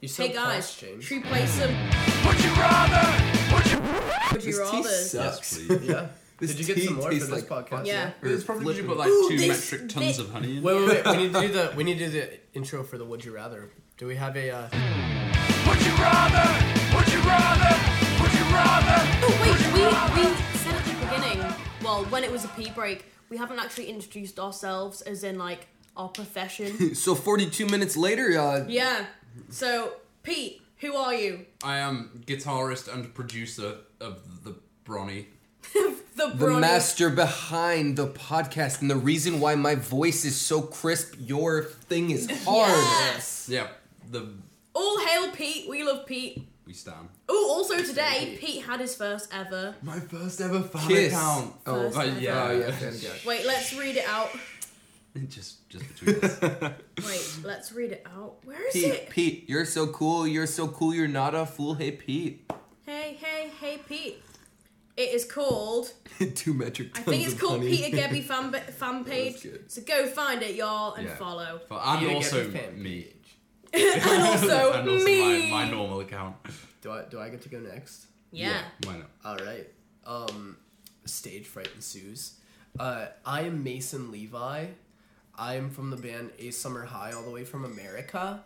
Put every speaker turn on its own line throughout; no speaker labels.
You
Hey
sound
guys,
fast, James.
should we play some?
Would you rather? Would you?
Would you
This tea
rather?
sucks.
Yes, please.
Yeah.
This
Did you get
tea
some more for
tastes
this
like
podcast?
Yeah.
It's probably because you put like
Ooh,
two
this
metric tons
bit-
of honey in.
Wait, wait, wait. we need to do the. We need to do the intro for the Would You Rather. Do we have a? Uh,
Would you rather? Would you rather? Would you rather?
Oh wait, we we said at the beginning. Well, when it was a pee break, we haven't actually introduced ourselves as in like our profession.
So 42 minutes later, uh,
yeah. So Pete, who are you?
I am guitarist and producer of the Bronny.
The,
the
Bronny.
master behind the podcast and the reason why my voice is so crisp, your thing is hard.
Yes.
Yeah, the
All hail Pete. We love Pete.
we stand.
Oh, also today Pete had his first ever.
My first ever fan
Kiss.
account.
Oh,
First
But
ever.
yeah,
Oh, yeah, fan account.
Wait, let's read it out.
just just between us.
Wait, let's read it out. Where is
Pete,
it?
Pete, you're so cool. You're so cool. You're not a fool. Hey, Pete.
Hey, hey, hey, Pete. It is called.
Two metric
I
tons
think it's
of
called
honey.
Peter Gebby fan, fan page.
good.
So go find it, y'all, and
Yeah.
follow.
But and
Peter
also
Gebbie fan
me.
page.
And also,
and also
me.
My, my normal account.
Do I? Do I get to go next?
yeah.
Why not?
All right. Um, stage fright ensues. Uh, I am Mason Levi. I am from the band A Summer High, all the way from America.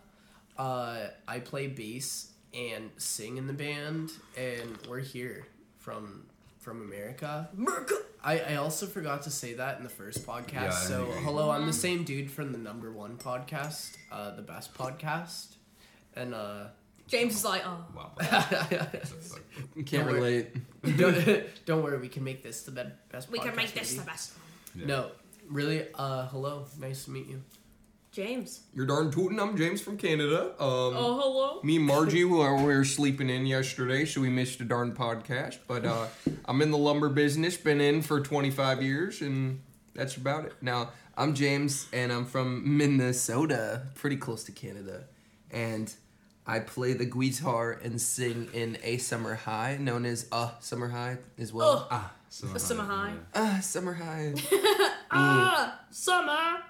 Uh, I play bass and sing in the band, and we're here from from America.
Merca-
I, I also forgot to say that in the first podcast.
I
so
agree.
hello, I'm the same dude from the number one podcast, uh, the best podcast, and uh,
James is like, oh.
Wow. that's-
Can't relate.
don't, don't worry, we can make this the be- best.
We can
podcast
make this
maybe.
the best one.
Yeah.
No, really. Uh, hello. Nice to mean you.
James.
You're darn tootin'. I'm James from Canada. Um,
Oh, hello.
Me and Margie were, we were sleeping in yesterday, so we missed a darn podcast. But uh, I'm in the lumber business, been in for 25 years, and that's about it. Now, I'm James, and I'm from Minnesota, pretty close to Canada. And I play the guitar and sing in A Summer High, known as Uh Summer High as well.
Ah, summer,
summer high.
yeah.
Ah, Summer High.
Ah, summer.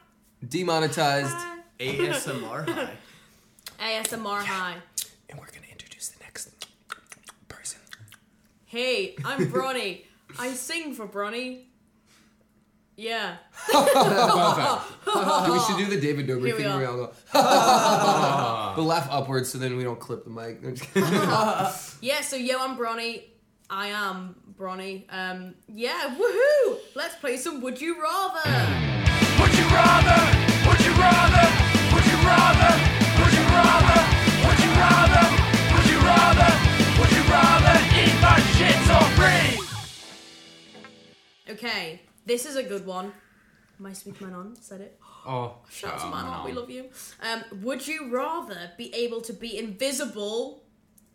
Demonetized.
ASMR hi.
ASMR high.
And we're going to introduce the next person.
Hey, I'm Bronny. I sing for Bronny. Yeah.
we should do the David Dobrik
Oh. Here we Oh.
thing where we
are.
all go, but laugh upwards so then we don't clip the mic.
Uh-huh. Yeah, so yo, I'm Bronny. I am Bronny. Um, yeah, woohoo! Let's play some Would You Rather!
Would you rather? Would you rather? Would you rather? Would you rather? Would you rather? Would you rather? Would you rather eat my shit or free?
Okay, this is a good one. My sweet Manon said it.
Oh,
Shout out to Manon, we love you. Um, would you rather be able to be invisible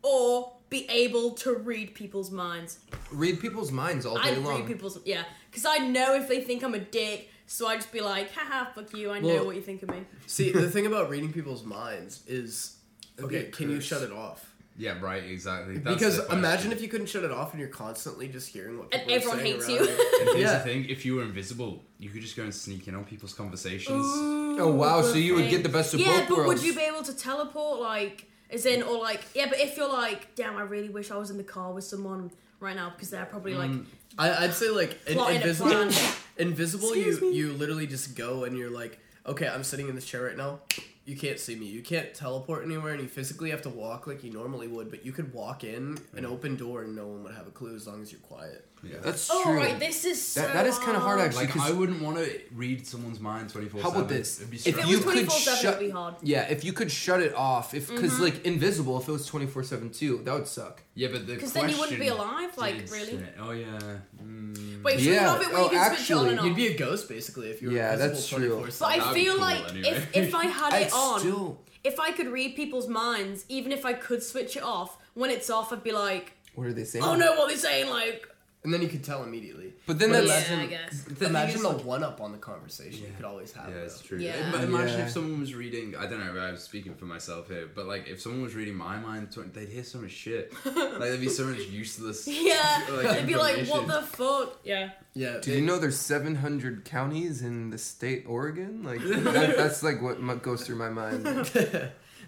or be able to read people's minds?
read people's minds all day
I'd
long.
read people's, yeah, because I know if they think I'm a dick, so I'd just be like, haha, fuck you, I know
Well-
what you think of me.
See, the thing about reading people's minds is okay.
be a
Can you
curse.
shut it off?
Yeah, right, exactly.
because imagine if you couldn't shut it off and you're constantly just hearing what
And
people are
everyone
saying
hates
around
you.
Here's
yeah.
the thing if you were invisible, you could just go and sneak in on people's conversations.
Oh wow! So you would
Right.
get the best of
yeah,
both
but
worlds.
would you be able to teleport, like, as in, or like, yeah, but if you're like, damn, I really wish I was in the car with someone right now because they're probably like,
Mm.
I, I'd say like in,
Plotting a
invisible.
plan.
invisible.
Excuse
You
me.
you literally just go and you're like, okay, I'm sitting in this chair right now. You can't see me. You can't teleport anywhere, and you physically have to walk like you normally would. But you could walk in an open door, and no one would have a clue as long as you're quiet.
Yeah.
That's
oh
true.
right, this is so
That- that is
kind
kinda hard, actually.
like,
'cause-
I wouldn't want to read someone's mind 24
How about this?
It'd be
If
If it
you
was
could
24/7, it'd
shut,
be hard. Mm-hmm.
yeah, if you could shut it off, if because like invisible, if it was twenty four seven too, that would suck.
Yeah, but the
'Cause then you wouldn't be
question
alive, like,
is-
really.
Oh yeah. Mm.
Wait, should we
Yeah,
have it where
oh,
you can switch it on
actually,
and off?
You'd be a ghost basically if you were
Yeah,
invisible
that's true.
24
but I
That'd be
feel
cool
like
anyway.
if, if I had
I
it on,
still-
if I could read people's minds, even if I could switch it off, when it's off, I'd be like,
What are they saying?
oh no, what they're saying, like,
And then you could tell immediately.
But then
But
that's
yeah, I
imagine-
guess.
The thing
Imagine
is,
the
like-
one up on the conversation you could always have.
Yeah,
though.
it's true.
Yeah.
Im- imagine
Yeah.
if someone was reading. I don't know. I'm speaking for myself here, but like if someone was reading my mind, tw- they'd hear so much shit. like there'd be so much useless.
yeah,
Like,
it'd be like, what
information.
the fuck? Yeah.
Yeah.
Did
they-
you know there's 700 counties in the state Oregon? Like that, that's like what mu- goes through my mind.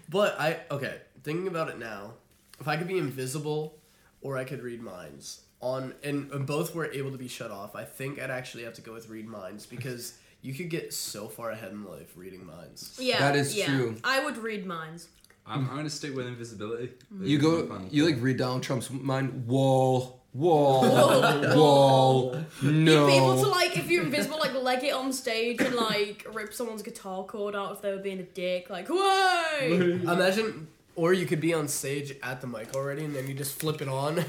But I okay, thinking about it now, if I could be invisible or I could read minds on and, and both were able to be shut off, I think I'd actually have to go with read minds because you could get so far ahead in life reading minds.
Yeah,
That is
yeah.
true.
I would read minds.
I'm, I'm gonna stick with invisibility.
You go, you like read Donald Trump's mind. Whoa, whoa, whoa,
You'd be able to
no.
like, if you're invisible, like leg it on stage and like rip someone's guitar cord out if they were being a dick. Like, whoa!
Imagine or you could be on stage at the mic already and then you just flip it on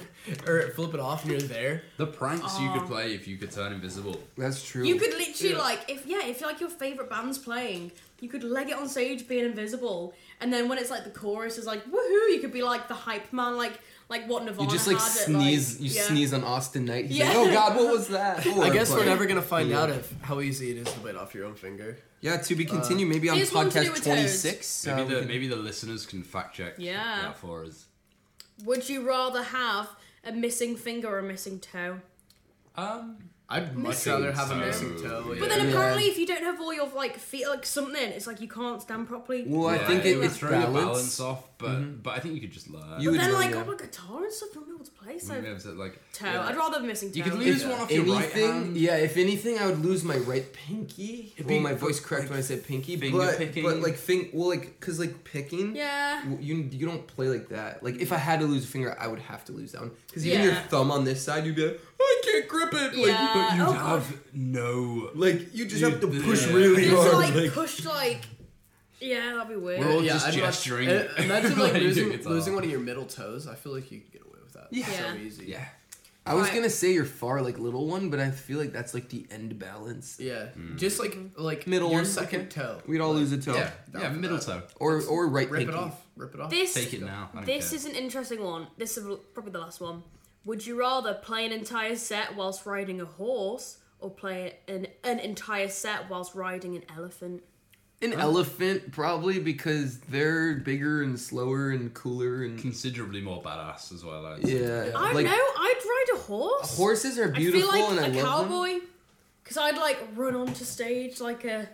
or flip it off and you're there.
The pranks you
Oh.
could play if you could turn invisible.
That's true.
You could literally
Yeah.
like, if yeah, if like your favorite band's playing, you could leg it on stage being invisible, and then when it's like the chorus is like woohoo, you could be like the hype man, like like what Nirvana
You just like
had at,
sneeze. you
yeah.
sneeze on Austin Knight. He's like,
Yeah.
oh God, what was that?
I guess we're never gonna find
Yeah.
out if how easy it is to bite off your own finger.
Yeah, to be continued. Maybe on
Here's one to do
podcast
with
twenty six.
uh, Maybe the maybe the listeners can fact check
Yeah.
that for us.
Would you rather have a missing finger or a missing toe?
Um,
I'd much
Missing
rather have a
toe,
missing toe.
yeah.
But then
Yeah.
apparently, if you don't have all your like feet, like something, it's like you can't stand properly.
Well, I
yeah,
think
it
it-
would
it's
throw your
balance.
balance off, but but I think you could just learn.
You
but
would
then
know,
like
yeah.
on a guitar and stuff, don't know what to play. So
Maybe it's like
toe,
yeah.
I'd rather have a missing toe.
You could
If
lose one off your right
anything,
hand.
yeah. If anything, I would lose my right pinky.
It'd
well,
be
my voice
like
cracked when I said pinky,
finger
but
picking.
but like thing, well, like cause like picking.
yeah.
w- You you don't play like that. Like if I had to lose a finger, I would have to lose that one. Cause even your
Yeah.
thumb on this side, you'd be like, I can't grip it. Like
Yeah.
but you
oh,
have no.
like you just
You-
have to
yeah.
push really
Just
hard.
like
like-
push like. Yeah, that'd be weird.
We're all
yeah,
just
I'd much-
gesturing.
uh, imagine like
Like,
losing,
it's all-
losing one of your middle toes. I feel like you could get away with that.
Yeah.
so
Yeah.
easy.
yeah. I was
Alright.
gonna say your far like little one, but I feel like that's like the end balance.
yeah. Just like
Mm-hmm.
like middle
Middle
your
one,
second
okay.
toe.
We'd all lose a toe.
Yeah,
Down
yeah,
for
middle
that.
toe.
Or or right
Rip
pinky.
it off. Rip it off.
This
Take it now. I don't
This
care.
is an interesting one. This is probably the last one. Would you rather play an entire set whilst riding a horse, or play an an entire set whilst riding an elephant?
An elephant probably because they're bigger and slower and cooler and
considerably more badass as well. I'd say.
yeah.
I don't
like
know. I'd ride a horse.
horses are
I feel
beautiful
like
and I
a
love them.
cowboy, because I'd like run onto stage like a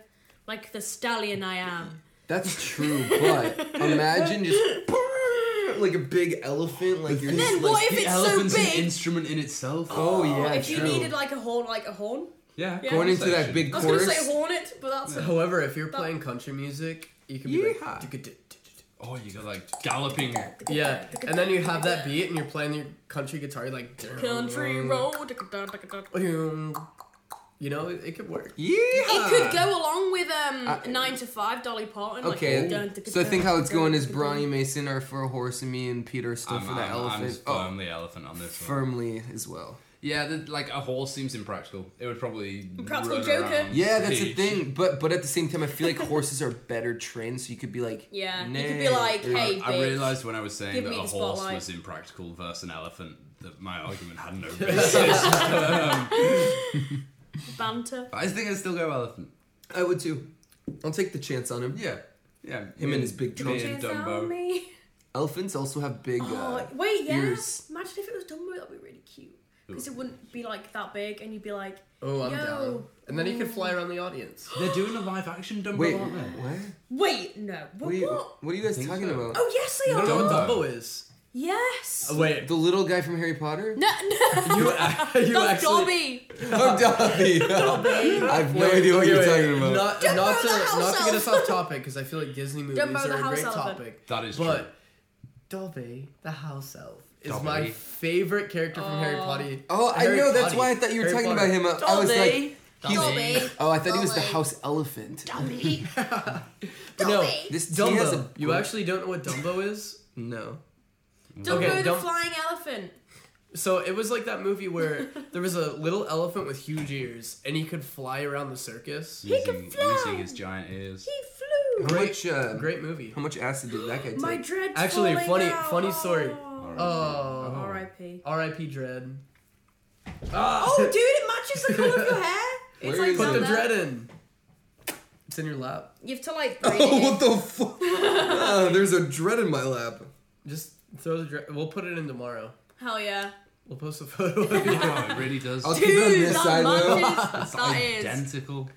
like the stallion I am.
That's true, but imagine just like a big elephant, like you're
And
just
then
like
what if
The
it's so
elephant's an
big?
instrument in itself.
oh yeah,
If you
true.
needed like a horn, like a horn.
yeah.
going into that big
I was gonna
chorus.
say hornet, but that's a
However, if you're
Oh.
playing country music, you can be
Yeehaw.
like, "Digga di- di- di-
Oh, you got like galloping.
di." yeah, and then you have that beat and you're playing your country guitar, you're like
country road.
You know, it, it could work.
yeah,
It could go along with um
I-
nine to five Dolly Parton. like,
Okay,
dun, dun,
so I think
dun,
how it's
dun,
going is
dun,
Bronny Mason are for a horse and me and Peter are still
I'm,
for the
I'm, I'm
elephant.
just
Oh,
firmly elephant on this one.
firmly as well.
Yeah, the, like a horse seems impractical. It would probably
Practical
run
Joker.
around
Yeah, that's the
stage.
thing. But but at the same time, I feel like horses are better trained, so you could be like,
Yeah, you
"Nay,
could be like,
dude."
hey,
I
bitch.
realised when I was saying
Give
that a
me the
horse
spotlight.
was impractical versus an elephant that my argument had no basis.
banter.
I think I'd still go elephant.
I would too. I'll take the chance on him.
Yeah, yeah. Him
and his big trunk.
Chance on me.
Elephants also have big. Uh,
Oh, wait, yeah.
ears.
Imagine if it was Dumbo, that'd be really cute. Because it wouldn't be like that big, and you'd be like,
Oh, I'm
Yo.
down. And then you could fly around the audience.
They're doing a live action Dumbo,
wait,
aren't
what?
they?
What
wait, no, what?
are you,
what?
what are you guys
think
talking
so.
about?
Oh, yes, they
I
are.
don't know
Dumbo.
what Dumbo is. Oh,
Yes.
Wait,
The little guy from Harry Potter?
No, no.
you, you
That's
actually.
Dobby.
Oh, Dobby. I have no
Wait,
idea what
wait,
you're
wait,
talking about.
Not,
Dumbo
not to,
the house
not to get us
elf.
off topic, because I feel like Disney movies
Dumbo the
are a
house
great
elephant.
topic.
That is
but
true.
Dobby, the house elf, is
Dobby.
my favorite character from Harry Potter.
oh, I
Harry
know. That's
Potter.
why I thought you were
Harry
talking
Potter.
about him. I- I was like,
Dobby. Dobby.
oh, I thought he was the
Dobby.
house elephant.
Dobby.
But no,
Dobby.
This Dumbo. Has
Dumbo.
a,
You actually don't know what Dumbo is?
no.
Dumbo the
Dum-
flying elephant.
So it was like that movie where there was a little elephant with huge ears, and he could fly around the circus.
Using,
can fly.
using his giant ears.
He flew.
How
Great-
much? Uh,
Great movie.
How much acid did that guy take?
My dread's
Actually,
falling
funny-
out.
funny story.
Oh.
Oh,
R.I.P.
R.I.P. Dread.
Oh, dude, it matches the color of your hair. It's
Where
like
is
Put
it?
down
the
there.
dread in. It's in your lap.
You have to like. braid
Oh,
it
what the fuck? there's a dread in my lap.
Just throw the dread. We'll put it in tomorrow.
in. Hell yeah.
We'll post a photo. of it.
Oh, it really does.
I'll
It's
keep it on
Dude,
this
that
side though.
matches. that is.
identical.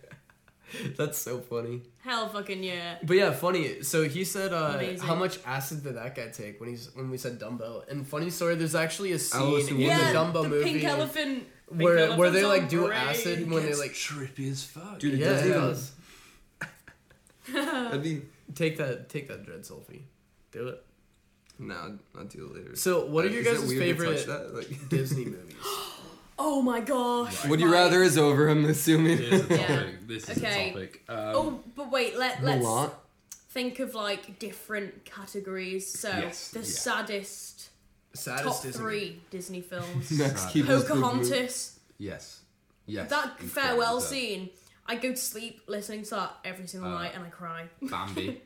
That's so funny.
Hell fucking yeah.
But yeah, funny. So he said, uh,
Amazing.
"How much acid did that guy take?" When he's when we said Dumbo. And funny story, there's actually a scene
was
in
the
yeah,
the Dumbo
the
movie
pink elephant. pink
where where they
elephant's
like
on
do
parade.
acid when they like
trippy as fuck.
Dude, it
yeah,
doesn't
it
even-
does.
That'd be
Take that take that dread selfie. Do it.
no, I'll do it later.
So, what are
Like,
your
is that
guys'
weird to touch
favorite-
that? Like-
Disney movies.
Oh my gosh.
Would you
Like-
rather is over. I'm assuming.
This is a
Yeah.
topic. This is
Okay.
a topic. Um,
Oh, but wait. Let let's
Mulan.
think of like different categories. So
Yes,
the
yeah.
saddest
Saddest
top
Disney.
three Disney films.
Max
Sad.
keep us good mood.
Pocahontas.
Yes. Yes.
That
incredible
farewell
death.
scene. I go to sleep listening to that every single
Uh.
night and I cry.
Bambi.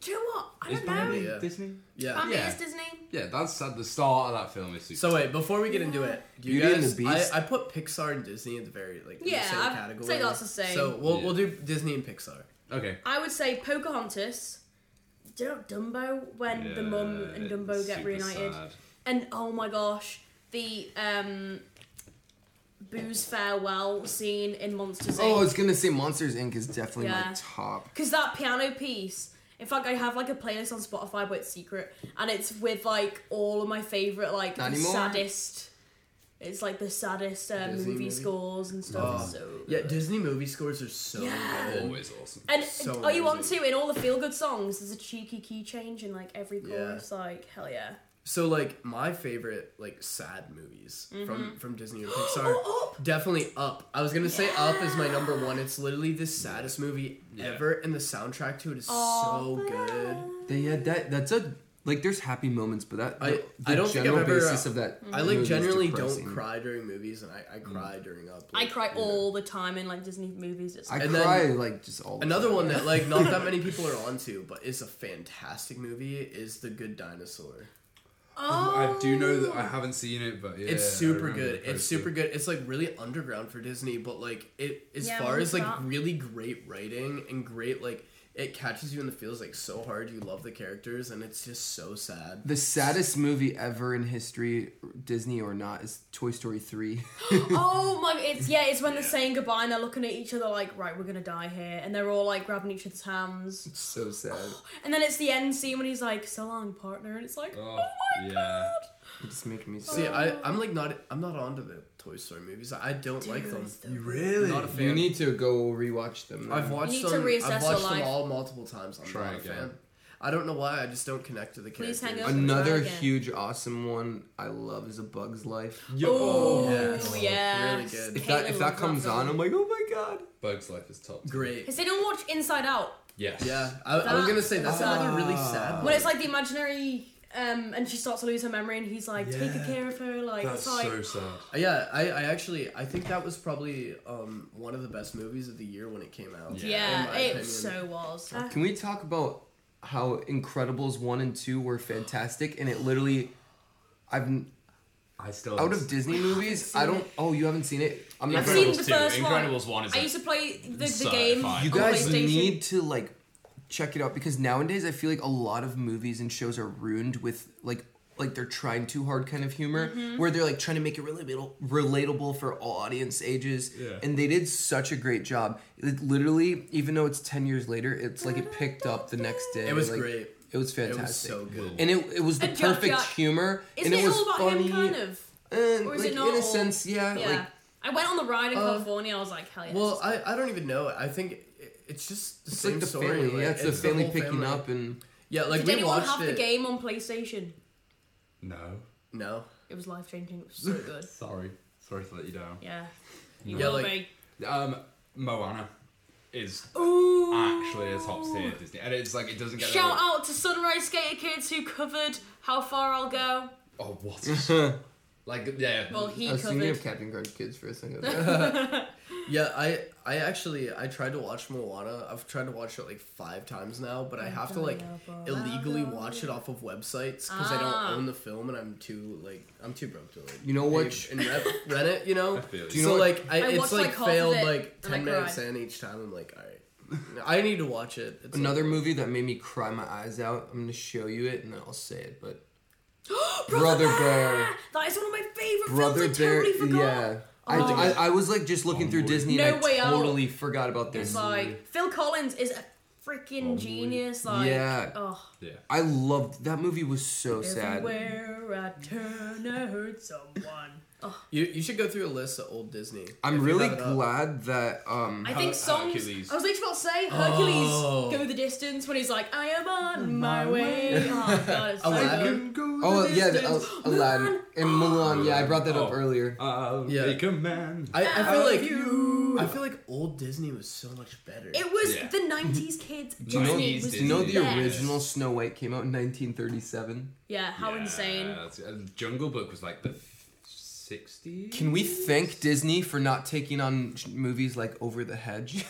Do you know what? I
Is
don't know.
Bambi
Yeah.
Disney?
Yeah.
Bambi
uh, Yeah.
is Disney.
Yeah, that's at the start of that film. Is super
So wait, before we get into it, do you
Beauty and
guys,
the Beast?
I, I put Pixar and Disney in the very like in the
Yeah,
same
I'd
category.
say that's the same.
So we'll
Yeah.
we'll do Disney and Pixar.
okay.
I would say Pocahontas. Do you know Dumbo when the mum and
Yeah,
Dumbo get
super
reunited?
sad.
And oh my gosh, the um, booze farewell scene in Monsters
Oh, I
Inc.
was gonna say Monsters Inc. is definitely my
Yeah.
top.
Because that piano piece. In fact, I have like a playlist on Spotify, but it's secret, and it's with like all of my favorite like
Not
the
anymore.
saddest. It's like the saddest uh,
Disney
movie,
movie.
scores and stuff.
Oh,
so
Yeah, Disney movie scores are so
Yeah.
good.
Always awesome.
And
So
oh, you want
amazing.
to in all the feel good songs? There's a cheeky key change in like every
Yeah.
chorus. Like hell yeah.
So like my favorite like sad movies
Mm-hmm.
from from Disney or Pixar.
Oh, Up!
Definitely Up. I was gonna say Up is my number one. It's literally the saddest movie
Yeah.
ever, and the soundtrack to it is
oh!
so good.
They, yeah, that that's a like. There's happy moments, but that
I-
the,
I
the
don't think I've
general
ever, uh,
basis of that.
Mm-hmm.
I like
movie is
generally don't
depressing. Mm.
cry during movies, and I, I cry during Up.
I
like,
cry
you know.
all the time in like Disney movies. It's
I
And then-
cry like just all. the
Another
time.
one that like not that many people are onto, but is a fantastic movie is The Good Dinosaur.
oh,
I do know that I haven't seen it, but yeah,
It's
I
super
remember
good.
the
It's
poster.
super good. It's like really underground for Disney, but like it as
Yeah,
far
we
as like
got-
really great writing and great like it catches you in the feels like so hard. You love the characters and it's just so sad.
The saddest movie ever in history, Disney or not, is Toy Story three.
Oh my! It's yeah. It's when they're saying goodbye and they're looking at each other like, right, we're gonna die here, and they're all like grabbing each other's hands.
so sad.
And then it's the end scene when he's like, "So long, partner," and it's like,
Oh,
"Oh, my
yeah.
god!"
It just making me sad.
See, I I'm like not I'm not onto the Toy Story movies. I don't like them.
You really?
Not a fan.
you need to go rewatch them.
I've watched
You need to
them.
reassess
I've
your
watched them
life.
all multiple times. I'm
Try
not a
again.
fan. I don't know why. I just don't connect to the characters.
Please hang up.
Another
Try again.
huge awesome one I love is A Bug's Life.
Yo-
Oh,
yes.
yes.
Really good.
If
Caitlin
that if
loves
that comes on,
film.
I'm like, oh my god.
Bugs Life is top. tier.
Great.
Has anyone watched Inside Out?
Yes.
Yeah, I, I was
That-
gonna say that's
Ah.
another really sad.
Oh.
When
one.
it's like the imaginary, um, and she starts to lose her memory, and he's like, "Take good
Yeah.
care of her." Like,
That's
it's like,
so sad.
Yeah, I, I actually I think that was probably um, one of the best movies of the year when it came out.
Yeah.
in
yeah,
my
it
opinion.
so was.
Can we talk about how Incredibles one and two were fantastic and it literally I've n-
I still
out of Disney movies, I don't oh you haven't seen it. I'm not
I've
gonna
seen
Incredibles
the
two.
first one.
Incredibles one is
I
a-
used to play the, the
So
game.
fine.
You
on
guys
PlayStation.
need to like check it out because nowadays I feel like a lot of movies and shows are ruined with like like they're trying too hard kind of humor
Mm-hmm.
where they're like trying to make it relatable relatable for all audience ages
Yeah.
and they did such a great job. It literally even though it's 10 years later it's like it picked up the next day.
It was
like,
great.
It was
It
fantastic.
was so good.
And it, it was the
And Jack
perfect
Jack-
humor.
Isn't
and
it,
it, was
all about
funny.
him, kind of?
And,
Or is
like,
it not?
In a
all-
sense, yeah.
Yeah.
Like, uh,
I went on the ride in
Uh,
California. I was like, hell yeah.
Well, I, I don't even know. I think it, it's just the
it's
same
like the
story.
family.
like,
yeah, it's, the family
whole
picking
family.
up and.
Yeah, like
Did
we
anyone
watched
have
it.
the game on PlayStation?
No.
No.
It was life changing. It was so good.
Sorry. Sorry to let you down.
Yeah. You
Yeah,
will
like-
be.
Um, Moana is
Ooh.
actually a top tier Disney, and it's like it doesn't get.
Shout
any-
out to Sunrise Skater Kids who covered How Far I'll Go.
Oh what? a- like yeah.
Well, he
I was thinking
covered.
uh, of Captain Guard Kids for a second.
Yeah, I I actually I tried to watch Moana. I've tried to watch it like five times now, but I have to like illegally watch it off of websites because I
Ah.
don't own the film and I'm too like I'm too broke to like.
You know what?
pay- And rent, rent it, you know.
feel you.
So
You
know what-
like I,
I
it's
watched,
like,
like, half of
failed
it,
like
and I
ten minutes
cried.
in each time. I'm like, all right, I need to watch it. It's
Another
like-
movie that made me cry my eyes out. I'm gonna show you it and then I'll say it. But
Brother
Brother
Bear!
Bear.
That is one of my favorite
Brother
films. I
Bear,
totally forgot. Oh
yeah, I, I, I was like just looking through Disney
No
and I
way out.
totally forgot about this.
It's like Phil Collins is a freaking genius. Like,
Oh, Yeah.
oh,
Yeah.
I loved that movie. Was so sad.
everywhere I turn, I hurt someone.
You, you should go through a list of old Disney.
I'm
if you
really
have it up.
glad that um.
I think songs.
Hercules.
I was literally about to say Hercules
Oh.
go the distance when he's like, I am on my, way. Oh god, it's so
Aladdin?
good.
Oh yeah, the,
distance.
Al- Aladdin and Mulan. Yeah, I brought that up
Oh.
earlier.
I'll
Yeah.
make a man.
I, I feel
Out
like
of you.
I feel like old Disney was so much better.
It was
Yeah.
the '90s kids.
Do you know,
Disney was
do you know the
best.
original Snow White came out in 1937?
Yeah, how
Yeah,
insane.
that's- uh, Jungle Book was like the 60s?
Can we thank Disney for not taking on sh- movies like Over the Hedge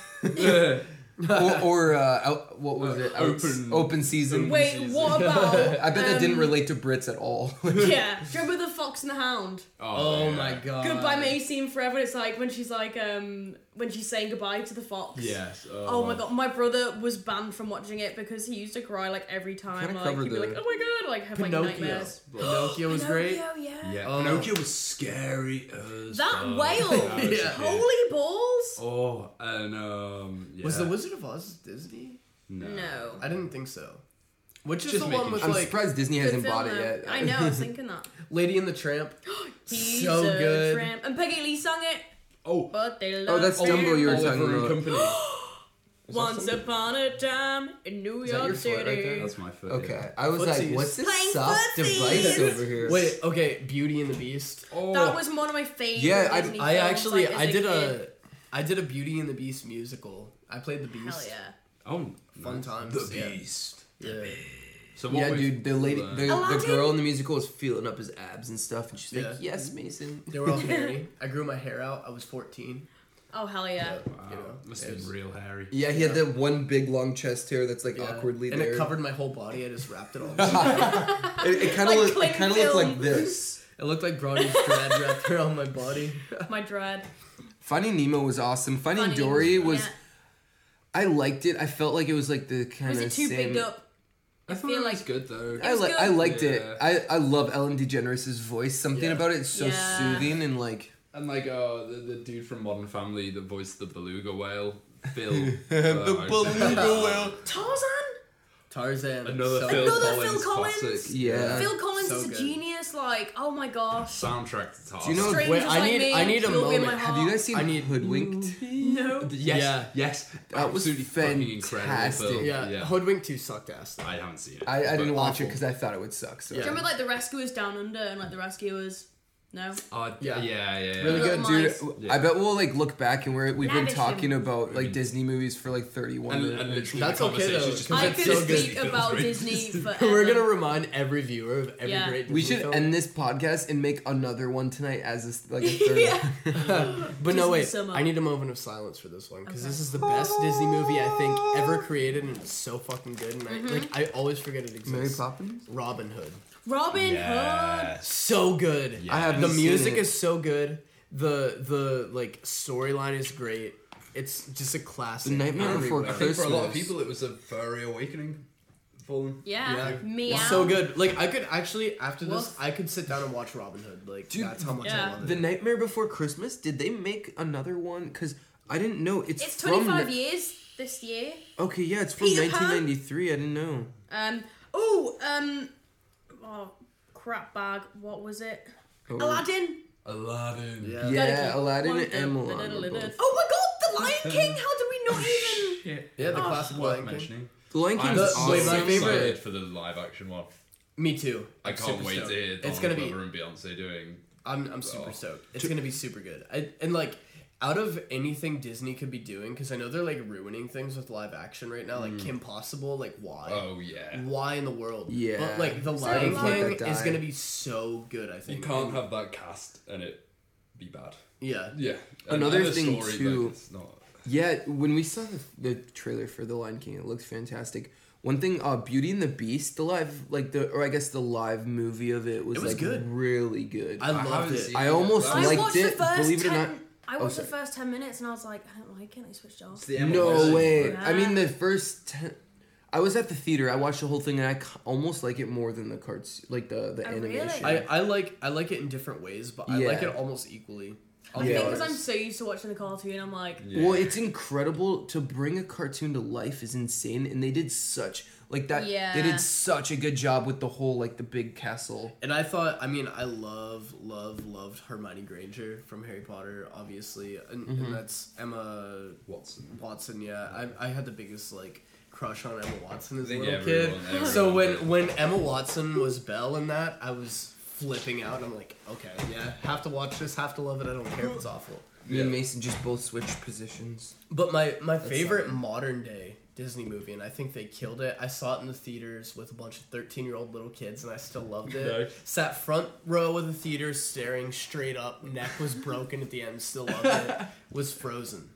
or, or uh, out, what was it? Outs-
Open-
open season.
Wait, um, what about?
I bet that didn't relate to Brits at all.
Yeah, do you remember the Fox and the Hound?
oh
yeah.
my god.
Goodbye may seem forever. It's like when she's like um when she's saying goodbye to the fox.
Yes.
Oh my god, my brother was banned from watching it because he used to cry like every time.
Kinda
Like
cover
he'd be
the-
like, oh my god, like have like
Pinocchio.
nightmares.
Pinocchio was great.
Pinocchio, yeah.
Yeah.
Oh.
Pinocchio was scary as
That
fuck.
whale.
That was
Yeah.
good.
Holy balls!
Oh, and um, yeah.
Was the Wizard of Oz Disney?
no?
No.
I didn't think so. Which is
Just
the one
making
with
I'm
like
surprised Disney
Good
hasn't
film,
bought it
though. I
yet.
know, I was thinking that.
Lady and the Tramp?
He's
So
a
good.
tramp. And Peggy Lee sung it,
Oh,
but they love
that's
it.
Dumbo you were talking
Oliver and
about.
Company.
Once upon a time in New
that
York
your foot
City.
right there?
That's my foot.
Okay,
yeah.
I was
Footsies.
like, what's this
Playing
soft
footsies.
device over here?
Wait, okay, Beauty and the Beast.
Oh,
That was one of my favorite.
Yeah, I-
Disney
I
films,
actually
like, as
I did
kid.
a I did a Beauty and the Beast musical. I played the
hell
Beast.
yeah.
oh,
Fun
nice.
times,
The
yeah.
Beast.
yeah.
So what
Yeah,
we-
dude, the lady, the, the
Aladdin.
girl in the musical is feeling up his abs and stuff, and she's
Yeah.
like, "Yes, Mason."
They were all hairy. I grew my hair out. I was 14.
Oh hell yeah.
Wow,
You know,
must
it
have
was-
been real hairy.
Yeah, he had that one big long chest hair that's like
Yeah.
awkwardly
and
there.
it covered my whole body. I just wrapped it all.
It, it kind
Like
of looked,
cling
it kind of looked
film.
like this.
it looked like Bronny's dread wrapped around my body.
My dread.
Finding Nemo was awesome. Finding
Funny.
Dory was.
Yeah.
I liked it. I felt like it was like the kind
Was
of
it too
same.
bigged up?
I
feel
it
like-
was good though.
I
was
like. I
good.
liked
Yeah.
it. I I love Ellen DeGeneres' voice. Something
Yeah.
about it is so
Yeah.
soothing and like.
And like uh, the, the dude from Modern Family that voiced the beluga whale, Phil. uh, the
Tarzan?
Tarzan.
Another
so
Phil
Another Phil
Collins.
Collins?
classic.
Yeah.
Phil Collins
so
is a
good.
genius. Like, oh my gosh.
Soundtrack to Tarzan.
Do you know-
Wait,
Strangers
I
like
need-
me,
I need a
you'll be in my
moment.
Have you
heart.
guys seen
I need-
Hoodwinked?
No.
Yes.
Yeah.
Yes.
That was
Absolutely fucking incredible
fantastic.
film.
Yeah,
yeah.
Hoodwink 2 sucked ass. though.
I haven't seen it.
I, I didn't
but-
watch it
awful.
because I thought it would suck. So.
Yeah.
Do you remember like the rescuers down under and like the rescuers? No.
Uh,
Yeah.
yeah. Yeah. Yeah.
Really
Little
good,
mice.
Dude,
Yeah.
I bet we'll like look back and we're, we've been
Lavish
talking
him.
about like Disney movies for like 31
And, and
minutes.
literally
That's
the
okay, though,
conversation just
'cause
I
went
it's
could
to
so good.
speak
Disney
about
films, right?
Disney forever.
We're gonna remind every viewer of every
Yeah.
great.
We
Disney
should
film.
end this podcast and make another one tonight as this like a third.
yeah.
But no,
Disney
wait.
sum up.
I need a moment of silence for this one because
Okay.
this is the best Disney movie I think ever created, and it's so fucking good. And
Mm-hmm.
I, like, I always forget it exists.
Mary Poppins.
Robin Hood,
Robin Hood.
Yes.
so good.
I haven't
the
seen
music
it.
is so good. The the like storyline is great. It's just a classic.
The Nightmare Before
everywhere.
I think for a lot of
Christmas.
people, it was a furry awakening. Full.
Yeah.
Yeah.
Meow.
It's so good. Like I could actually after this,
Woof.
I could sit down and watch Robin Hood. Like
Dude,
that's how much I
Yeah.
love it.
The Nightmare Before Christmas. Did they make another one? Because I didn't know it's,
It's
from
25
ni-
years this year.
Okay, yeah, it's from
Peter Pan?
1993. I didn't know.
Um. Oh. Um. Oh. Crap bag. What was it?
Oh.
Aladdin.
Aladdin.
Yeah.
Yeah, Aladdin
One,
and
da-
Mulan.
da- da-
were
da- da-
both-
Oh my God! The Lion King. How did we not even?
Shit.
Yeah, the
Oh,
classic
Worth
Lion King.
mentioning.
The Lion King
I'm
was
so
wait, my
awesome.
favorite-
excited for the live action one.
Me too.
I
I'm
can't
super
wait
stoked.
to hear Donald
It's gonna be.
Glover and Beyonce doing.
I'm I'm super
Oh.
stoked. It's gonna be super good. I, and like out of anything Disney could be doing, because I know they're like ruining things with live action right now, like Kim Possible. Like why?
Oh yeah.
Why in the world?
Yeah.
But like the
So
Lion
let
King
that
is
die.
gonna be so good. I think.
You can't have that cast and it be bad.
Yeah.
Yeah.
Another
the
thing,
story,
too-
Like, it's not.
Yeah, when we saw the, the trailer for The Lion King, it looked fantastic. One thing, uh, Beauty and the Beast, the live, like the, or I guess the live movie of it was,
It was
like
good.
really good.
I
I,
loved
haven't
it.
seen
I almost
I
I
liked
watched
it.
the first
believe it or
ten.
not,
I
Oh,
watched the
sorry.
first ten minutes and I was like, I don't like it. And I switched off.
the Emma
no
Watson,
way.
Ah.
right?
I mean, the first ten. I was at the theater. I watched the whole thing, and I c- almost like it more than the cards, like the the
Oh, really?
animation.
I, I like I like it in different ways, but I like
Yeah.
it almost equally.
I
Yeah,
think because
it's-
I'm so used to watching the cartoon, I'm like,
Yeah.
Well, it's incredible to bring a cartoon to life is insane, and they did such like that. They
Yeah.
did such a good job with the whole like the big castle.
And I thought, I mean, I love, love, loved Hermione Granger from Harry Potter, obviously, and, and that's Emma
Watson.
Watson. Yeah, I, I had the biggest like crush on Emma Watson as a
think
little kid.
everyone- everyone
so when
did.
when Emma Watson was Belle in that, I was flipping out. I'm like, okay, yeah, have to watch this, have to love it. I don't care if it's awful.
Me and
Yeah.
Mason just both switched positions.
But my my favorite modern day Disney movie, and I think they killed it. I saw it in the theaters with a bunch of thirteen year old little kids, and I still loved it.
Nice.
Sat front row of the theater, staring straight up. Neck was broken at the end. Still loved it. Was Frozen.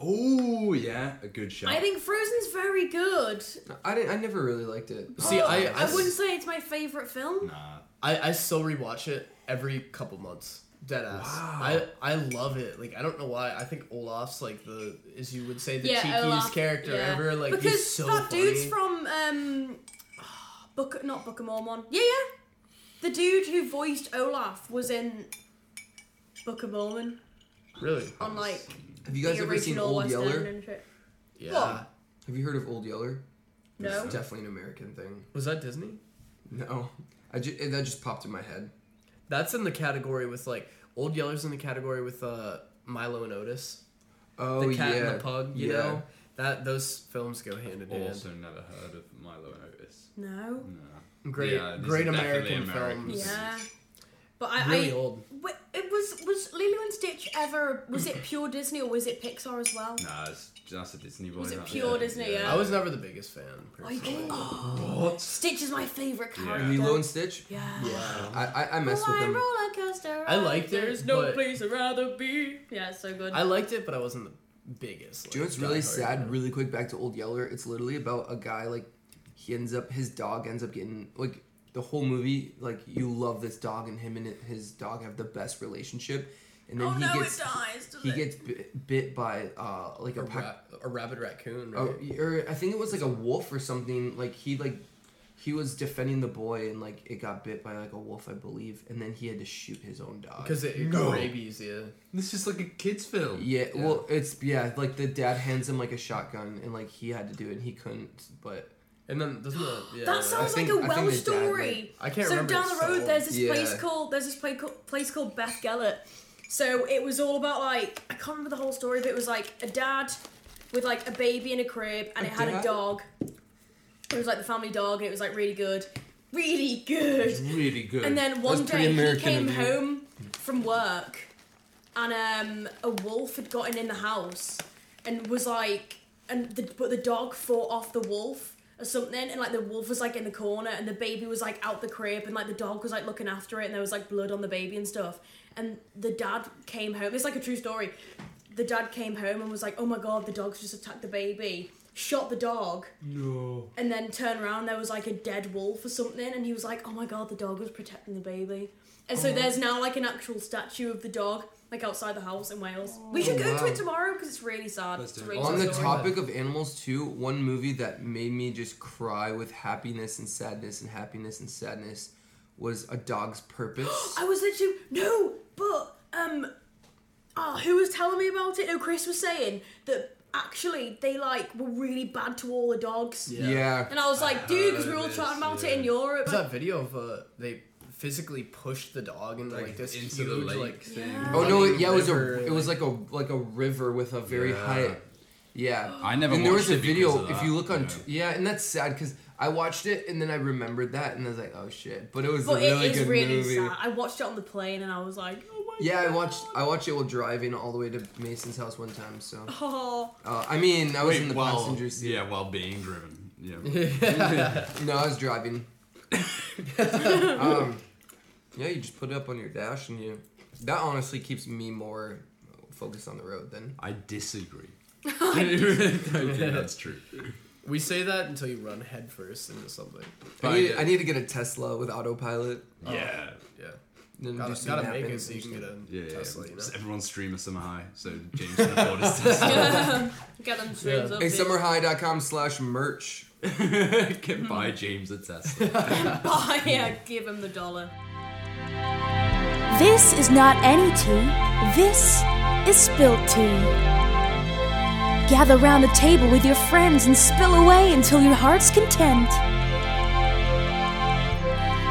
Oh yeah, a good shot.
I think Frozen's very good.
I didn't. I never really liked it.
See,
Oh,
I- I-
wouldn't say it's my favorite film.
nah.
I I still rewatch it every couple months. Dead ass. I I love it. Like I don't know why. I think Olaf's like the as you would say the cheekiest
Olaf,
character
yeah.
ever. Like
because
he's so
that dude's
funny.
from um, Book not Book of Mormon. Yeah, yeah. The dude who voiced Olaf was in Book of Mormon
really.
on like
Have you guys
the
ever seen
original
Old
West
Yeller?
End and shit.
Yeah.
What?
Have you heard of Old Yeller?
No.
It's definitely an American thing.
Was that Disney?
No, I ju- it- that just popped in my head.
That's in the category with like Old Yeller's in the category with uh Milo and Otis,
Oh
the cat
yeah,
and the pug. You
yeah.
know that those films go hand in hand.
Also, never heard of Milo and Otis.
No.
Nah.
Great,
Yeah, these
great
are definitely
American
American.
films.
Yeah. But I,
Mm. Really
I
old.
w- it was was Lilo and Stitch ever was it pure Disney or was it Pixar as well?
Nah, it's just a Disney boy.
Was it
that-
pure Disney, yeah?
I was never the biggest fan.
I
Personally.
Stitch is my favorite character.
Lilo and Stitch.
yeah.
Yeah.
I I, I mess with
Hawaiian
them.
roller coaster.
I liked it,
There's no
but-
place I'd rather be. Yeah, it's so good.
I liked it, but I wasn't the biggest.
Do you know what's
like,
really
diehard
sad?
fan.
Really quick, back to Old Yeller. It's literally about a guy like he ends up his dog ends up getting like the whole movie like you love this dog and him and his dog have the best relationship, and then
oh
he
no,
gets
it dies. doesn't
he
it?
gets bit, bit by uh like a,
A,
pack,
ra- a rabid raccoon. Right?
Oh, or I think it was like a wolf or something. Like he like he was defending the boy and like it got bit by like a wolf, I believe, and then he had to shoot his own dog.
Because it, it
No.
rabies, yeah.
This is like a kids' film.
yeah, well, it's yeah, like the dad hands him like a shotgun and like he had to do it and he couldn't, but
And then doesn't it? Yeah.
That sounds
think-
like
uh, I
a
think
Welsh
his dad
story.
might- I can't
so
remember
down
it's
the road,
so-
there's this place
Yeah.
called there's this place called, place called Beth Gellert. So it was all about like I can't remember the whole story, but it was like a dad with like a baby in a crib, and
A
it had
dad?
a dog. It was like the family dog, and it was like really good, really good.
really good.
And then one
That's pretty
day he
American
came
of you.
home from work, and um, a wolf had gotten in the house, and was like, and the, but the dog fought off the wolf or something, and like the wolf was like in the corner, and the baby was like out the crib, and like the dog was like looking after it, and there was like blood on the baby and stuff, and the dad came home. It's like a true story. The dad came home and was like, "Oh my god, the dog's just attacked the baby." Shot the dog,
no.
and then turn around there was like a dead wolf or something and he was like oh my god the dog was protecting the baby and
Oh.
so there's now like an actual statue of the dog like outside the house in wales we should go to
wow.
it tomorrow because it's really sad
Oh, Let's
it's a
do it.
really
on
sad
the
story.
topic of animals too, one movie that made me just cry with happiness and sadness and happiness and sadness was A Dog's Purpose.
i was literally no but um oh who was telling me about it no chris was saying that actually they like were really bad to all the dogs
Yeah.
yeah.
and i was like dude because we were all
heard this,
chatting about
yeah.
it in europe
There's that video of uh, they physically pushed the dog into like,
Like,
this
into
huge
the lake
like
thing.
Yeah.
Oh no!
Running
It, yeah, it was
river,
a it was like a like a river with a very
Yeah.
high. Yeah,
I never
And there
watched
was a
it because
video.
of
If
that,
you look on,
yeah.
t- yeah, and that's sad because I watched it and then I remembered that and I was like, oh shit! But it was
but
a really
it is
good
really
movie.
sad i watched it on the plane and i was like oh my
Yeah, I
god
watched I watched it while driving all the way to Mason's house one time. So
oh.
uh, I mean, I was in the
while-
passenger seat.
Yeah, while being driven. Yeah.
No, I was driving. um, yeah, you just put it up on your dash and you. That honestly keeps me more focused on the road than.
I disagree. I think that's true.
We say that until you run headfirst into something.
I need, I need to get a Tesla with autopilot.
yeah.
Yeah.
Then do
Gotta,
something
gotta make
happen.
it so you can get a
Yeah, yeah.
Tesla, you know?
Everyone's streamer summer high, so James can afford his Tesla.
get them streams
Yeah.
up
Hey,
dude.
summerhigh.com slash merch.
can buy James a Tesla.
Oh, buy yeah, give him the dollar.
This is not any tea. This is spilt tea. Gather round the table with your friends and spill away until your heart's content.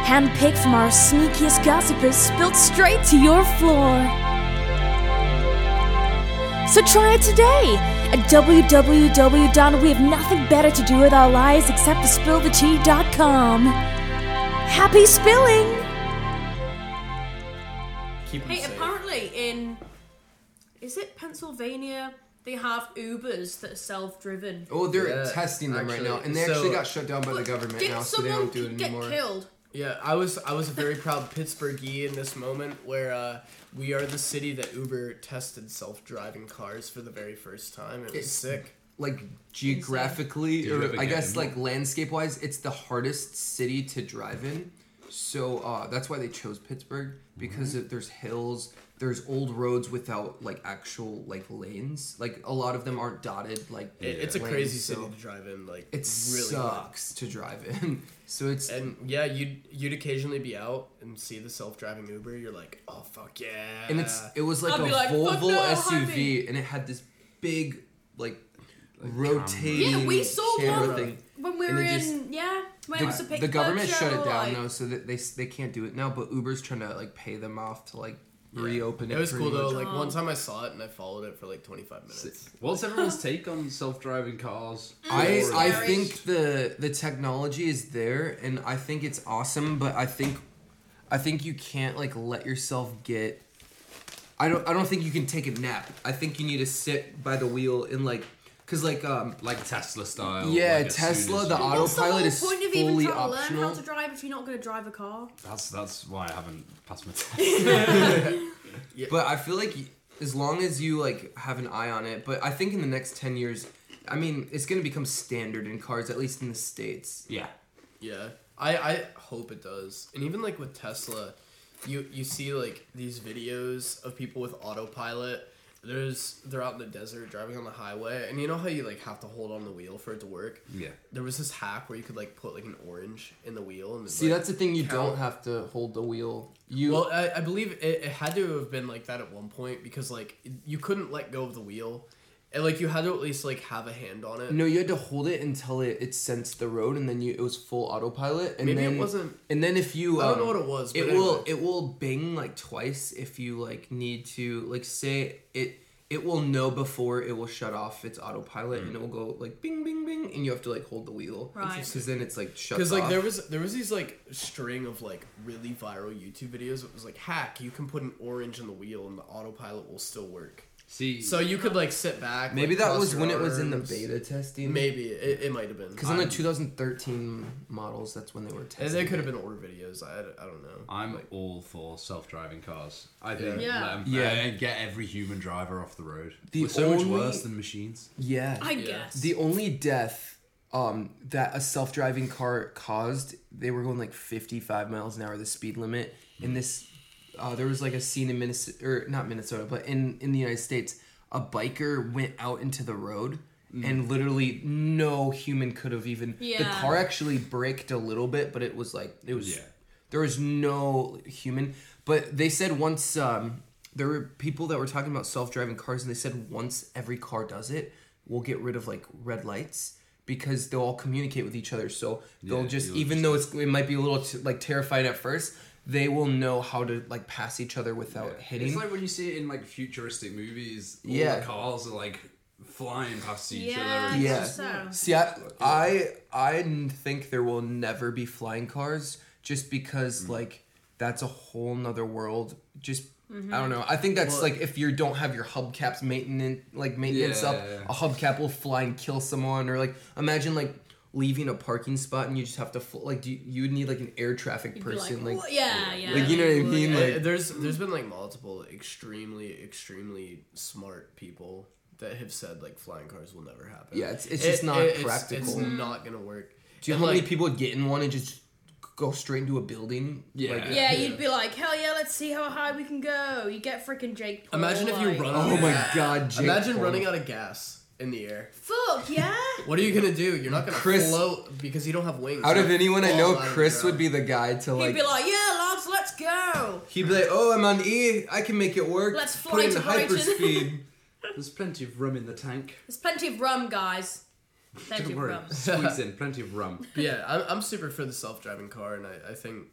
Handpicked from our sneakiest gossipers, spilled straight to your floor. So try it today at www.wehavenothingbetter-to-do-with-our-lives-except-to-spill-the-tea.com. Happy spilling!
Keep 'em
Hey,
safe.
apparently in is it Pennsylvania they have Ubers that are self-driven.
Oh, they're
Yeah,
testing them
actually,
right now, and they
so-
actually got shut down by the
But
government
did
now, so they
someone
don't do it
get
anymore.
killed?
Yeah, I was I was a very proud Pittsburghie in this moment where uh, we are the city that Uber tested self driving cars for the very first time. It was
It's-
sick.
Like geographically,
you ever
or I
get
guess
any
like landscape wise, it's the hardest city to drive in. So uh, that's why they chose Pittsburgh because it- there's hills, there's old roads without like actual like lanes. Like a lot of them aren't dotted. Like
It, it's a
lanes,
crazy
so
city to drive in. Like
It
really hard.
sucks to drive in. So it's
And yeah, you'd you'd occasionally be out and see the self driving Uber. You're like, oh fuck yeah!
and it's it was like
I'd
a
be like, "Fuck
Volvo
no,
SUV,
honey."
and it had this big like, rotating
Yeah, we saw
camera
one
thing.
when we
And
were
it
in
just-
yeah when it was a
The,
pic-
the government
picture,
shut it down
like-
though, so that they s- they can't do it now. But Uber's trying to like pay them off to like reopen it.
it was cool
pretty
though.
much.
Like one time I saw it and I followed it for like 25 minutes.
What's everyone's take on self-driving cars?
I
Or-
I think the the technology is there, and I think it's awesome. But I think I think you can't like let yourself get. I don't I don't think you can take a nap. I think you need to sit by the wheel and like, cause like um
like Tesla style.
Yeah,
Oh, like, as soon
Tesla,
as
the
you-
auto-
What's the
Autopilot
whole
is
point of
fully
even trying to learn
optional.
how to drive if you're not going to drive a car?
That's that's why I haven't passed my test.
But I feel like y- as long as you like have an eye on it, but I think in the next ten years, I mean, it's gonna become standard in cars, at least in the states.
yeah.
Yeah, I I hope it does. And even like with Tesla, you you see like these videos of people with autopilot. There's they're out in the desert driving on the highway, and you know how you like have to hold on the wheel for it to work.
Yeah.
There was this hack where you could like put like an orange in the wheel and
See,
like,
that's the thing. You
count.
don't have to hold the wheel. You
Well, I, I believe it, it had to have been like that at one point because like you couldn't let go of the wheel, and like you had to at least like have a hand on it.
no, you had to hold it until it, it sensed the road, and then you it was full autopilot. And
Maybe it
then,
wasn't-
And then if you,
I don't know
um,
what it was, but
it will
anyway.
it will bing like twice if you like need to like say it. It will know before it will shut off its autopilot, and it
Hmm.
will go like bing, bing, bing, and you have to like hold the wheel,
Right.
Because then it's like shuts
Because like
off.
there was there was these like string of like really viral YouTube videos. It was like hack. You can put an orange in the wheel and the autopilot will still work.
See.
So you could like sit back.
Maybe
like,
that
cross
was
your
when it was in the
arms.
beta testing.
Maybe Um, it, it might have been.
Because in the 2013 models, that's when they were
And
testing.
there could have
it.
been order videos. I, I don't know.
I'm all for self-driving cars. I think
Yeah.
let 'em-
Yeah.
uh, get every human driver off the road.
The
We're so much
only-
worse than machines.
Yeah.
I guess.
the only death um, that a self-driving car caused, they were going like 55 miles an hour, the speed limit. And this, uh, there was like a scene in Minnesota, or not Minnesota, but in in the United States, a biker went out into the road. And literally, no human could have even. The
Yeah.
car actually braked a little bit, but it was like it was.
Yeah.
There was no human, but they said once um, there were people that were talking about self-driving cars, and they said once every car does it, we'll get rid of like red lights because they'll all communicate with each other. So they'll
Yeah,
just
you'll
even though it's it might be a little t- like terrifying at first, they will know how to like pass each other without hitting.
It's like when you see it in like futuristic movies. All
Yeah.
the cars are like flying past each
Yeah,
other. and-
Yeah.
So.
See, I, I I n- think there will never be flying cars just because like that's a whole nother world. Just I
Mm-hmm.
don't know. I think that's like if you don't have your hubcaps maintenance like maintenance
Yeah,
up,
yeah, yeah.
a hubcap will fly and kill someone or like imagine like leaving a parking spot and you just have to fl- like do you, you would need like an air traffic
You'd be like,
person like,
"What?" yeah, yeah.
like, you know what I mean
Uh,
like
there's there's been like multiple extremely extremely smart people that have said like flying cars will never happen.
Yeah, it's- it's just not
it's- It's,
practical.
not gonna work.
do you know
And,
how many
like,
people would get in one and just go straight into a building
Yeah.
like,
Yeah, you'd be like, hell yeah, let's see how high we can go. You get freaking Jake Paul.
Imagine if you
like,
run.
oh my god Jake
Imagine
Paul.
running out of gas in the air.
Fuck yeah.
What are you gonna do? You're not gonna
Chris-
float because you don't have wings.
Out of
You'd
anyone I
fall
know,
out of the
Chris
ground.
would be the guy to
He'd
like.
be like, yeah, lads, let's Let's go.
He'd be like, "Oh, I'm on E. I can make it work.
Let's fly
Put it
to
in
Brighton."
hyperspeed."
There's plenty of rum in the tank.
There's plenty of rum, guys. Plenty
Don't
of
worry.
rum.
Squeeze in plenty of rum.
But yeah, I'm, I'm super for the self driving car, and I, I think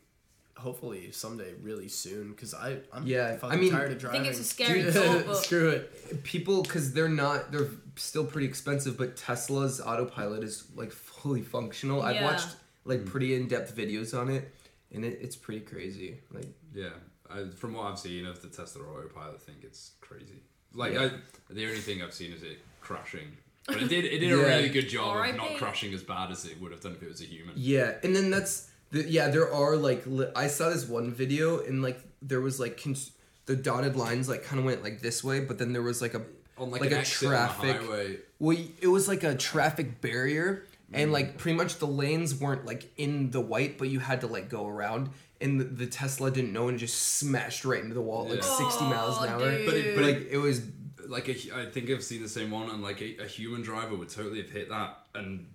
hopefully someday really soon because I I'm
Yeah,
fucking
I mean-
tired of
I
driving.
think it's a scary
Dude,
thought, but-
screw it.
People, because they're not, they're still pretty expensive, but Tesla's autopilot is like fully functional. I've
Yeah.
watched
Mm.
like pretty in depth videos on it, and it, it's pretty crazy. Like,
Yeah, I, from what I've seen of the Tesla autopilot thing, it's crazy. Like
Yeah.
I, the only thing I've seen is it crashing, but it did it did a
Yeah.
really good job of
R.I.P..
not crashing as bad as it would have done if it was a human.
Yeah, and then that's the, yeah. There are like li- I saw this one video and like there was like cons- the dotted lines like kind of went like this way, but then there was like a
On like,
like
an
a
exit
traffic.
on the highway. Mm.
Well, it was like a traffic barrier, and like pretty much the lanes weren't like in the white, but you had to like go around. And the, the Tesla didn't know and just smashed right into the wall at, like
Yeah.
sixty miles an
Aw,
hour.
dude.
But it, but
But
it,
like it was
like a, hu- I think I've seen the same one, and like a, a human driver would totally have hit that and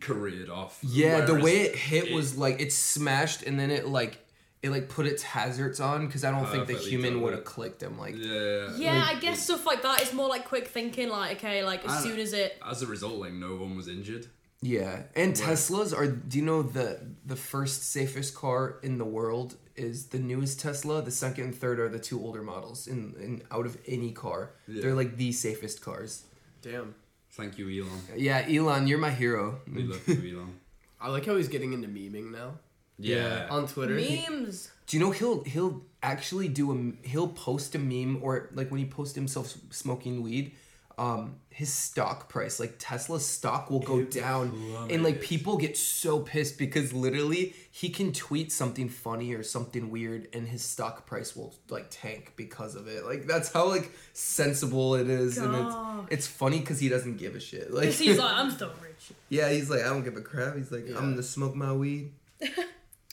careered off.
Yeah, the
Whereas
way it hit
it-
was like it smashed and then it like it like put its hazards on because I don't think the
Perfectly
human
done.
would have clicked him. Like
yeah,
Yeah, I guess stuff like that is more like quick thinking. Like, okay, like as
I-
soon as it,
As a result, like no one was injured.
yeah, and Teslas are. Do you know the the first safest car in the world is the newest Tesla. The second and third are the two older models. In, in out of any car,
Yeah.
they're like the safest cars.
Damn.
Thank you, Elon.
Yeah, Elon, you're my hero.
We love you, Elon.
I like how he's getting into memeing now
Yeah,
on Twitter.
memes.
Do you know he'll he'll actually do a m- he'll post a meme or like when he posts himself s- smoking weed, um his stock price like Tesla's stock will go down and like people get so pissed because literally he can tweet something funny or something weird and his stock price will like tank because of it. Like that's how like sensible it is and
Gosh.
it's it's funny cuz he doesn't give a shit. Like
Because he's like, I'm still rich.
yeah, he's like I don't give a crap. He's like I'm going to smoke my weed.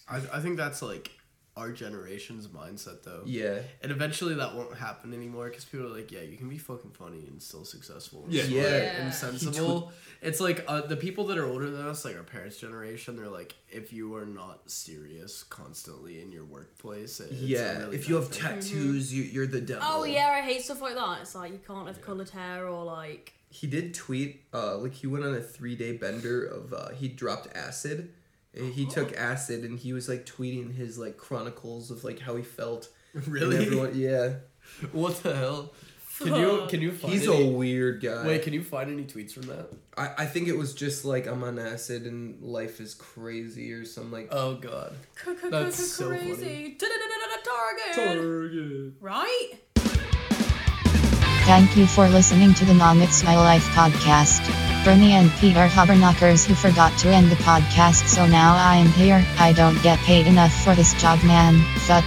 I, I think that's like our generation's mindset though.
Yeah.
And eventually that won't happen anymore because people are like, yeah, you can be fucking funny and still successful.
Yeah.
Yeah.
Yeah.
And sensible. It's like uh, the people that are older than us, like our parents' generation, they're like, if you are not serious constantly in your workplace, it- it's a
Yeah,
really
if you
bad
have
thing.
tattoos, you, you're the devil.
Oh yeah, I hate stuff like that. It's like you can't have coloured hair or like.
He did tweet, uh, like he went on a three day bender of uh, he dropped acid. Uh, He took acid and he was like tweeting his like chronicles of like how he felt. And
Really?
everyone- yeah.
What the hell? Can you
Fuck.
can you find
He's a
any,
weird guy.
wait? Can you find any tweets from that?
I, I think it was just like I'm on acid and life is crazy or some like.
Oh god, That's so funny.
Crazy. Target.
Target.
Right?
Thank you for listening to the Mom It's My Life podcast. Bernie and Pete are hobberknockers who forgot to end the podcast, so now I am here. I don't get paid enough for this job, man. Fuck.